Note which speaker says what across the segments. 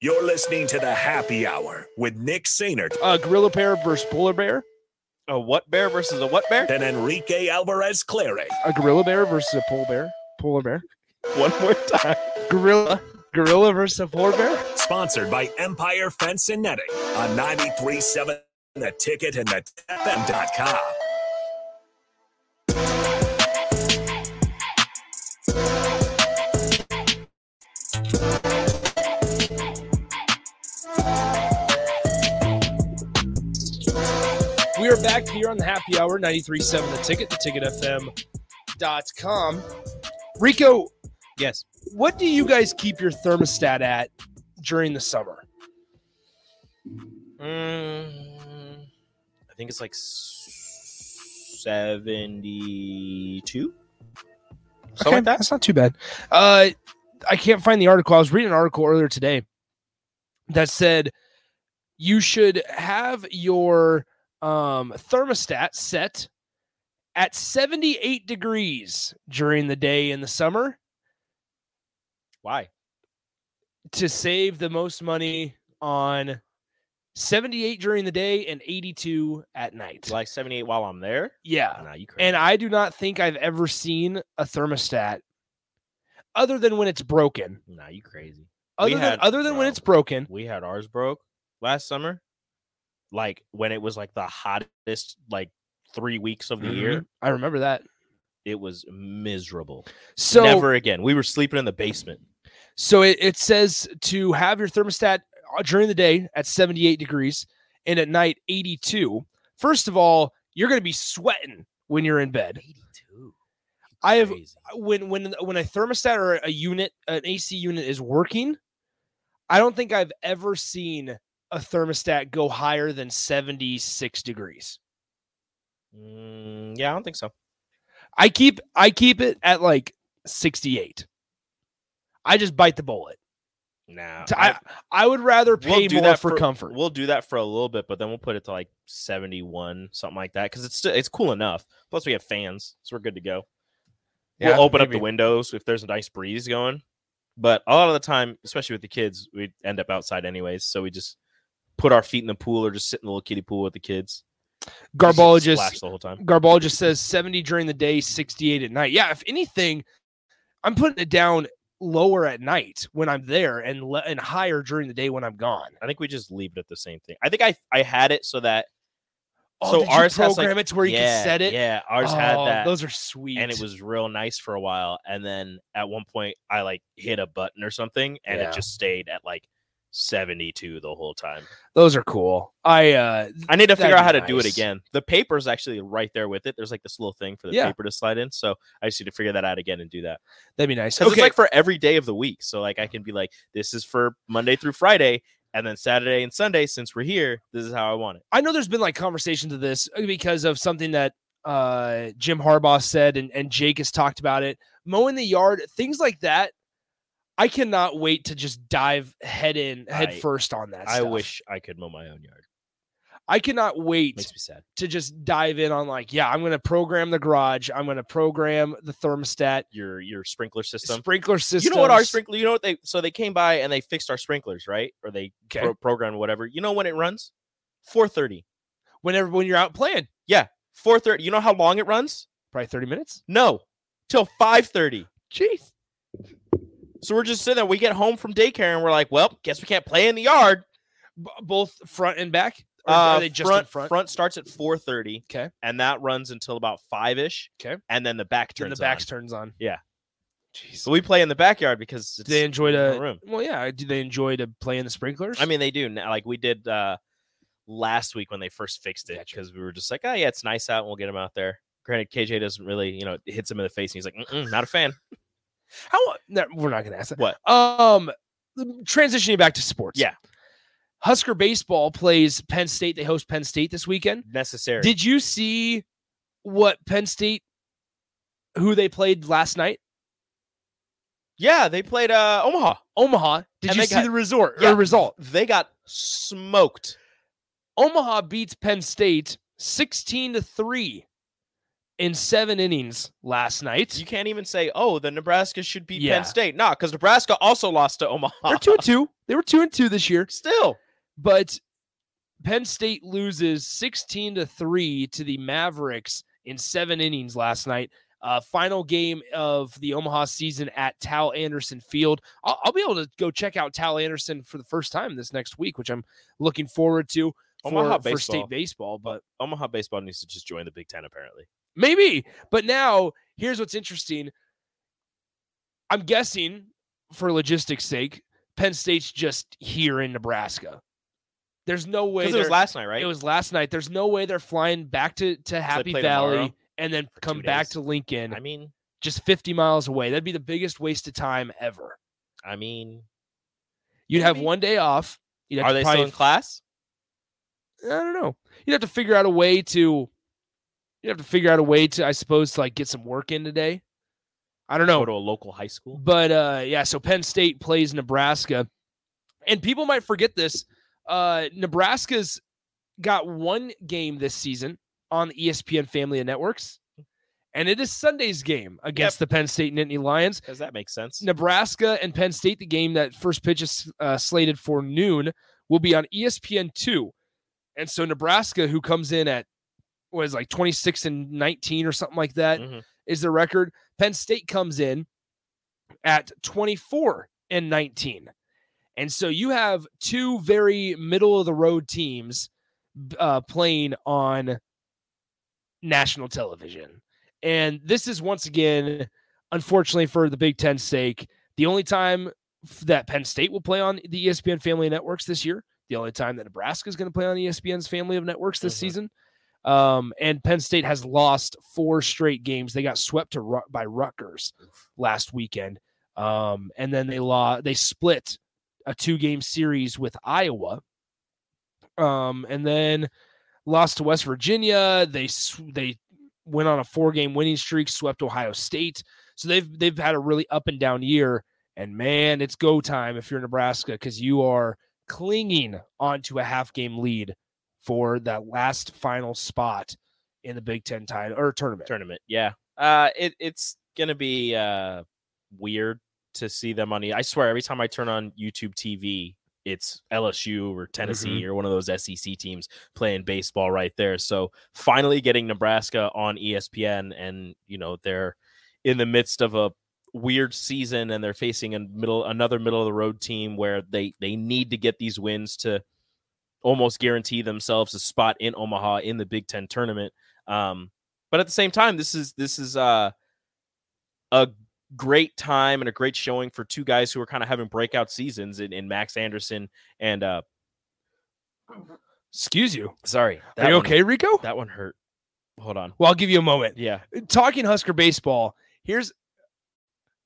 Speaker 1: You're listening to the Happy Hour with Nick Sainert
Speaker 2: A gorilla bear versus polar bear.
Speaker 3: A what bear versus a what bear?
Speaker 1: and Enrique Alvarez Clary.
Speaker 2: A gorilla bear versus a polar bear. Polar bear.
Speaker 3: One more time.
Speaker 2: Gorilla. Gorilla versus a polar bear.
Speaker 1: Sponsored by Empire Fence and Netting on 937 The Ticket and the FM.com.
Speaker 2: We are back here on the happy hour, 93.7 The Ticket, theticketfm.com. Rico,
Speaker 3: Yes.
Speaker 2: what do you guys keep your thermostat at during the summer?
Speaker 3: Mm, I think it's like s- 72. Something like that.
Speaker 2: That's not too bad. Uh, I can't find the article. I was reading an article earlier today that said you should have your um, thermostat set at 78 degrees during the day in the summer
Speaker 3: Why?
Speaker 2: to save the most money on 78 during the day and 82 at night.
Speaker 3: Like 78 while I'm there?
Speaker 2: yeah.
Speaker 3: Nah, you crazy.
Speaker 2: And I do not think I've ever seen a thermostat other than when it's broken.
Speaker 3: nah, you crazy. We
Speaker 2: Other than
Speaker 3: had-
Speaker 2: other than when
Speaker 3: bro,
Speaker 2: it's broken.
Speaker 3: We had ours broke last summer. Like when it was like the hottest like 3 weeks of the
Speaker 2: Mm-hmm.
Speaker 3: year.
Speaker 2: I remember that.
Speaker 3: It was miserable.
Speaker 2: So
Speaker 3: Never again. We were sleeping in the basement.
Speaker 2: so it, it says to have your thermostat uh, during the day at 78 degrees and at night 82. First of all, you're going to be sweating when you're in bed.
Speaker 3: 82.
Speaker 2: I have
Speaker 3: Crazy.
Speaker 2: when when when a thermostat or a unit an AC unit is working, I don't think I've ever seen a thermostat go higher than 76 degrees.
Speaker 3: Mm, yeah, I don't think so.
Speaker 2: I keep I keep it at like 68. I just bite the bullet.
Speaker 3: Nah.
Speaker 2: T- I I would rather
Speaker 3: we'll
Speaker 2: pay
Speaker 3: do
Speaker 2: more
Speaker 3: that
Speaker 2: for, comfort.
Speaker 3: We'll do that for a little bit, but then we'll put it to like 71, something like that, because it's still, it's cool enough. Plus, we have fans, so we're good to go.
Speaker 2: Yeah,
Speaker 3: we'll open up
Speaker 2: maybe.
Speaker 3: the windows if there's a nice breeze going. But a lot of the time, especially with the kids, we end up outside anyways. So we just put our feet in the pool or just sit in the little kiddie pool with the kids. Just splash
Speaker 2: Garbologist
Speaker 3: the whole time.
Speaker 2: Garbologist says 70 during the day, 68 at night. Yeah, if anything, I'm putting it down lower at night when I'm there and le- and higher during the day when I'm gone.
Speaker 3: I think we just leave it at the same thing. I think I I had it so that
Speaker 2: Oh,
Speaker 3: So
Speaker 2: did
Speaker 3: ours
Speaker 2: you
Speaker 3: has, like-
Speaker 2: program it to where you
Speaker 3: yeah,
Speaker 2: can set it.
Speaker 3: Yeah, ours
Speaker 2: Oh,
Speaker 3: had that.
Speaker 2: Those are sweet.
Speaker 3: and it was real nice for a while. And then at one point, I like hit a button or something, and
Speaker 2: Yeah.
Speaker 3: it just stayed at like 72 the whole time.
Speaker 2: those are cool. I uh
Speaker 3: I need to figure
Speaker 2: That'd
Speaker 3: out
Speaker 2: be
Speaker 3: how to do it
Speaker 2: nice.
Speaker 3: again. The paper's actually right there with it. There's like this little thing for the
Speaker 2: Yeah.
Speaker 3: paper to slide in. So I just need to figure that out again and do that.
Speaker 2: that'd be nice.
Speaker 3: Because
Speaker 2: Okay.
Speaker 3: it's like for every day of the week. So like I can be like, this is for Monday through Friday. And then Saturday and Sunday, since we're here, this is how I want it.
Speaker 2: I know there's been like conversations of this uh, because of something that uh Jim Harbaugh said and, and Jake has talked about it. Mowing the yard, things like that. I cannot wait to just dive head in head
Speaker 3: I-
Speaker 2: first on that.
Speaker 3: I
Speaker 2: stuff.
Speaker 3: wish I could mow my own yard.
Speaker 2: I cannot wait
Speaker 3: Makes me sad.
Speaker 2: to just dive in on like, yeah, I'm gonna program the garage, I'm gonna program the thermostat,
Speaker 3: Your your sprinkler system.
Speaker 2: sprinkler system.
Speaker 3: You know what our sprinkler? You know what they? So they came by and they fixed our sprinklers, right? Or they
Speaker 2: Okay.
Speaker 3: pro- programmed whatever. You know when it runs? Four thirty.
Speaker 2: whenever when you're out playing,
Speaker 3: Four thirty. You know how long it runs?
Speaker 2: probably 30 minutes.
Speaker 3: No, till five thirty.
Speaker 2: Jeez.
Speaker 3: So we're just sitting there. We get home from daycare and we're like, well, guess we can't play in the yard.
Speaker 2: B- both front and back? Or
Speaker 3: Uh,
Speaker 2: are they just
Speaker 3: front,
Speaker 2: in front?
Speaker 3: starts at four thirty.
Speaker 2: 'Kay.
Speaker 3: And that runs until about five ish.
Speaker 2: 'Kay.
Speaker 3: And then the back
Speaker 2: Then
Speaker 3: turns.
Speaker 2: the back
Speaker 3: on.
Speaker 2: turns on.
Speaker 3: Yeah.
Speaker 2: Jeez.
Speaker 3: So we play in the backyard because it's
Speaker 2: Do they enjoy
Speaker 3: our
Speaker 2: to
Speaker 3: room.
Speaker 2: well yeah, do they enjoy to play in the sprinklers?
Speaker 3: I mean, they do now. Like we did uh last week when they first fixed it
Speaker 2: Gotcha.
Speaker 3: because we were just like, oh yeah, it's nice out, and we'll get him out there. Granted, KJ doesn't really, you know, it hits him in the face, and he's like, Mm-mm, not a fan.
Speaker 2: how no, we're not gonna ask that.
Speaker 3: What?
Speaker 2: Um transitioning back to sports.
Speaker 3: Yeah.
Speaker 2: Husker baseball plays Penn State. They host Penn State this weekend.
Speaker 3: Necessary.
Speaker 2: Did you see what Penn State who they played last night?
Speaker 3: yeah, they played uh Omaha.
Speaker 2: Omaha. Did
Speaker 3: And
Speaker 2: you
Speaker 3: they
Speaker 2: see
Speaker 3: got-
Speaker 2: the resort
Speaker 3: yeah.
Speaker 2: or result?
Speaker 3: They got smoked.
Speaker 2: Omaha beats Penn State 16 to 3 in seven innings last night.
Speaker 3: You can't even say, oh, the Nebraska should beat
Speaker 2: Yeah.
Speaker 3: Penn State. Nah, because Nebraska also lost to Omaha.
Speaker 2: They're two and two. They were two and two this year,
Speaker 3: Still.
Speaker 2: but Penn State loses sixteen to three to the Mavericks in seven innings last night. Uh, final game of the Omaha season at Tal Anderson Field. I'll, I'll be able to go check out Tal Anderson for the first time this next week, which I'm looking forward to for,
Speaker 3: Omaha
Speaker 2: for state
Speaker 3: baseball.
Speaker 2: baseball. But
Speaker 3: Omaha baseball needs to just join the Big Ten, apparently.
Speaker 2: Maybe. But now, here's what's interesting. I'm guessing, for logistics' sake, Penn State's just here in Nebraska. There's no way.
Speaker 3: Because it was
Speaker 2: they're-
Speaker 3: last night, right?
Speaker 2: it was last night. There's no way they're flying back to, to Happy
Speaker 3: play
Speaker 2: Valley
Speaker 3: tomorrow
Speaker 2: and then
Speaker 3: for
Speaker 2: come
Speaker 3: two
Speaker 2: back
Speaker 3: days.
Speaker 2: to Lincoln,
Speaker 3: I mean,
Speaker 2: just 50 miles away. That'd be the biggest waste of time ever.
Speaker 3: I mean,
Speaker 2: You'd have
Speaker 3: Maybe.
Speaker 2: one day off. You'd have
Speaker 3: are
Speaker 2: to
Speaker 3: they
Speaker 2: probably-
Speaker 3: still in class?
Speaker 2: I don't know. You'd have to figure out a way to. You'd have to figure out a way to, I suppose, to like get some work in today. I don't know.
Speaker 3: Go to a local high school.
Speaker 2: But uh, yeah, so Penn State plays Nebraska, and people might forget this. Uh, Nebraska's got one game this season on E the ESPN family of networks, and it is Sunday's game against the Penn State Nittany Lions.
Speaker 3: Does that make sense?
Speaker 2: Nebraska and Penn State, the game that first pitch is uh, slated for noon, will be on E ESPN two. And so Nebraska, who comes in at was like twenty six and nineteen or something like that, is
Speaker 3: Mhm.
Speaker 2: their record. Penn State comes in at twenty four and nineteen, and so you have two very middle of the road teams b- uh, playing on national television. And this is once again, unfortunately for the Big Ten's sake, the only time f- that Penn State will play on the E ESPN family of networks this year, the only time that Nebraska is going to play on E ESPN's family of networks this
Speaker 3: Mhm.
Speaker 2: season. Um, and Penn State has lost four straight games. They got swept to Ru- by Rutgers last weekend. Um, and then they law they split a two game series with Iowa. Um, and then lost to West Virginia. They s- they went on a four game winning streak, swept Ohio State. So they've they've had a really up and down year. And man, it's go time if you're Nebraska because you are clinging onto a half game lead for that last final spot in the Big Ten title or tournament.
Speaker 3: tournament. Yeah. Uh, it, it's gonna be uh weird to see them on. E- I swear, every time I turn on YouTube TV, it's LSU or Tennessee or one of those SEC teams playing baseball right there. So finally getting Nebraska on E ESPN, and you know they're in the midst of a weird season, and they're facing a middle another middle of the road team where they they need to get these wins to almost guarantee themselves a spot in Omaha in the Big Ten tournament. Um, but at the same time, this is this is uh, a great time and a great showing for two guys who are kind of having breakout seasons in, in Max Anderson and uh,
Speaker 2: Excuse you.
Speaker 3: sorry,
Speaker 2: Are you
Speaker 3: one-
Speaker 2: okay, Rico?
Speaker 3: That one hurt. Hold on.
Speaker 2: Well, I'll give you a moment.
Speaker 3: Yeah,
Speaker 2: Talking Husker baseball. Here's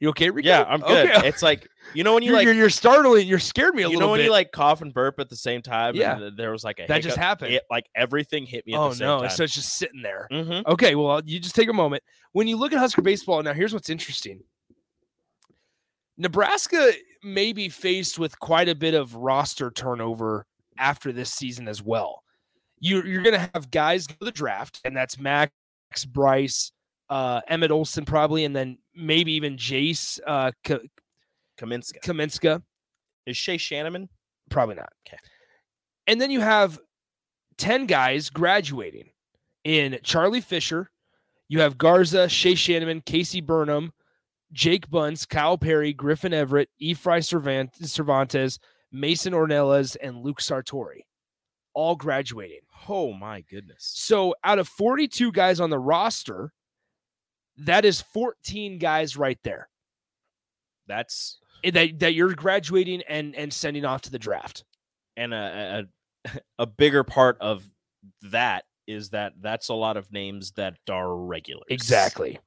Speaker 2: you okay, Rico?
Speaker 3: yeah, I'm good.
Speaker 2: Okay.
Speaker 3: It's like you know when you
Speaker 2: You're,
Speaker 3: like
Speaker 2: you're, you're startling. You're scared me a
Speaker 3: you
Speaker 2: little
Speaker 3: know when
Speaker 2: bit.
Speaker 3: you like cough and burp at the same time.
Speaker 2: Yeah.
Speaker 3: and th- there was like a
Speaker 2: that just
Speaker 3: hiccup?
Speaker 2: happened.
Speaker 3: It, like everything hit me. At
Speaker 2: oh
Speaker 3: the same
Speaker 2: no!
Speaker 3: time.
Speaker 2: So it's just sitting there.
Speaker 3: Mhm.
Speaker 2: Okay, well, you just take a moment. When you look at Husker baseball, now here's what's interesting. Nebraska may be faced with quite a bit of roster turnover after this season as well. You, you're going to have guys go to the draft, and that's Max, Bryce, uh, Emmett Olson, probably, and then maybe even Jace uh, K-
Speaker 3: Kaminska
Speaker 2: Kaminska.
Speaker 3: is Shea Shanneman.
Speaker 2: Probably not.
Speaker 3: Okay.
Speaker 2: And then you have 10 guys graduating in Charlie Fisher. You have Garza, Shea Shanneman, Casey Burnham, Jake Bunce, Kyle Perry, Griffin Everett, Efry Cervant- Cervantes, Mason Ornelas, and Luke Sartori all graduating.
Speaker 3: Oh my goodness.
Speaker 2: So out of 42 guys on the roster, that is 14 guys right there eh,
Speaker 3: That's
Speaker 2: that, that you're graduating and, and sending off to the draft.
Speaker 3: and a a, a bigger part of that is that that's a lot of names that are regulars.
Speaker 2: Exactly.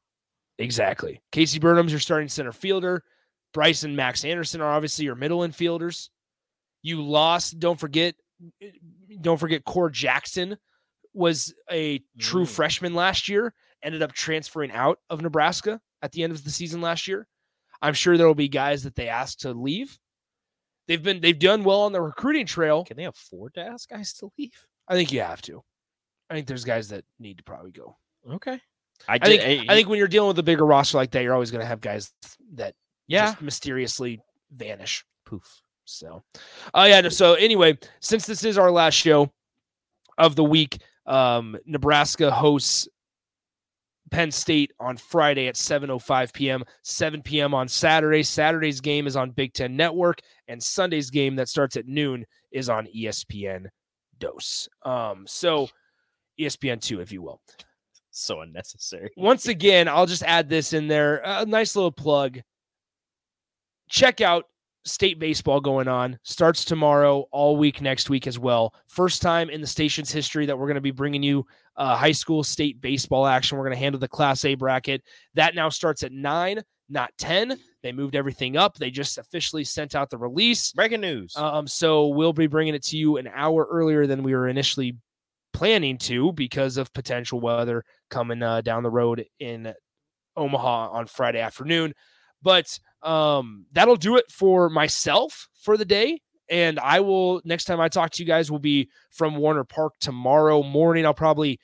Speaker 2: Exactly. Casey Burnham's your starting center fielder. Bryce and Max Anderson are obviously your middle infielders. You lost, don't forget, don't forget Core Jackson was a true
Speaker 3: Mm.
Speaker 2: freshman last year, ended up transferring out of Nebraska at the end of the season last year. I'm sure there will be guys that they asked to leave. They've been they've done well on the recruiting trail.
Speaker 3: Can they afford to ask guys to leave?
Speaker 2: I think you have to. I think there's guys that need to probably go.
Speaker 3: Okay. I,
Speaker 2: I
Speaker 3: did, eh,
Speaker 2: think I think when you're dealing with a bigger roster like that, you're always going to have guys that
Speaker 3: yeah.
Speaker 2: just mysteriously vanish.
Speaker 3: poof.
Speaker 2: So, uh, yeah. no, So anyway, since this is our last show of the week, um, Nebraska hosts Penn State on Friday at 7:05 p.m., 7 p.m. on Saturday. Saturday's game is on Big Ten Network, and Sunday's game that starts at noon is on E ESPN Dos. Um, so E ESPN two, if you will
Speaker 3: So unnecessary.
Speaker 2: once again, I'll just add this in there. A nice little plug. Check out state baseball going on. Starts tomorrow, all week next week as well. First time in the station's history that we're going to be bringing you uh, high school state baseball action. We're going to handle the Class A bracket. That now starts at nine, not 10. They moved everything up. They just officially sent out the release.
Speaker 3: Breaking news.
Speaker 2: Um, so we'll be bringing it to you an hour earlier than we were initially planning to because of potential weather coming uh, down the road in Omaha on Friday afternoon. But um, that'll do it for myself for the day. And I will next time I talk to you guys will be from Warner Park tomorrow morning. I'll probably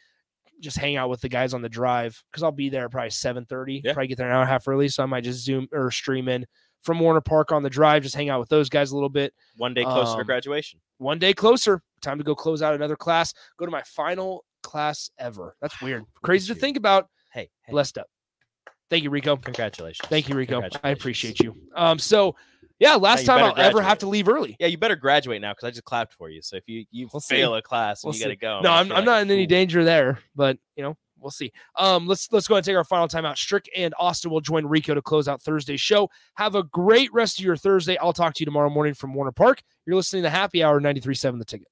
Speaker 2: just hang out with the guys on the drive because I'll be there probably seven thirty.
Speaker 3: Yeah.
Speaker 2: Probably get there an hour and a half early, so I might just zoom or stream in from Warner Park on the drive. Just hang out with those guys a little bit
Speaker 3: One day closer to
Speaker 2: um,
Speaker 3: graduation.
Speaker 2: one day closer. Time to go close out another class. Go to my final class ever. That's weird. Crazy
Speaker 3: at
Speaker 2: to
Speaker 3: you.
Speaker 2: think about.
Speaker 3: Hey, hey,
Speaker 2: Blessed up. Thank you, Rico.
Speaker 3: congratulations.
Speaker 2: Thank you, Rico. I
Speaker 3: Congratulations.
Speaker 2: appreciate you. Um, so yeah, last
Speaker 3: you
Speaker 2: time I'll
Speaker 3: better
Speaker 2: ever have
Speaker 3: graduate.
Speaker 2: to leave early.
Speaker 3: Yeah, you better graduate now because I just clapped for you. So if you you
Speaker 2: We'll see.
Speaker 3: fail a class
Speaker 2: We'll
Speaker 3: and you got to
Speaker 2: see.
Speaker 3: go,
Speaker 2: no,
Speaker 3: gonna
Speaker 2: I'm,
Speaker 3: Oh, feel
Speaker 2: I'm
Speaker 3: like
Speaker 2: not
Speaker 3: a
Speaker 2: in any
Speaker 3: fool.
Speaker 2: danger there, but you know, we'll see. Um, let's let's go and take our final timeout. Strick and Austin will join Rico to close out Thursday's show. Have a great rest of your Thursday. I'll talk to you tomorrow morning from Warner Park. You're listening to Happy Hour 93.7 The Ticket.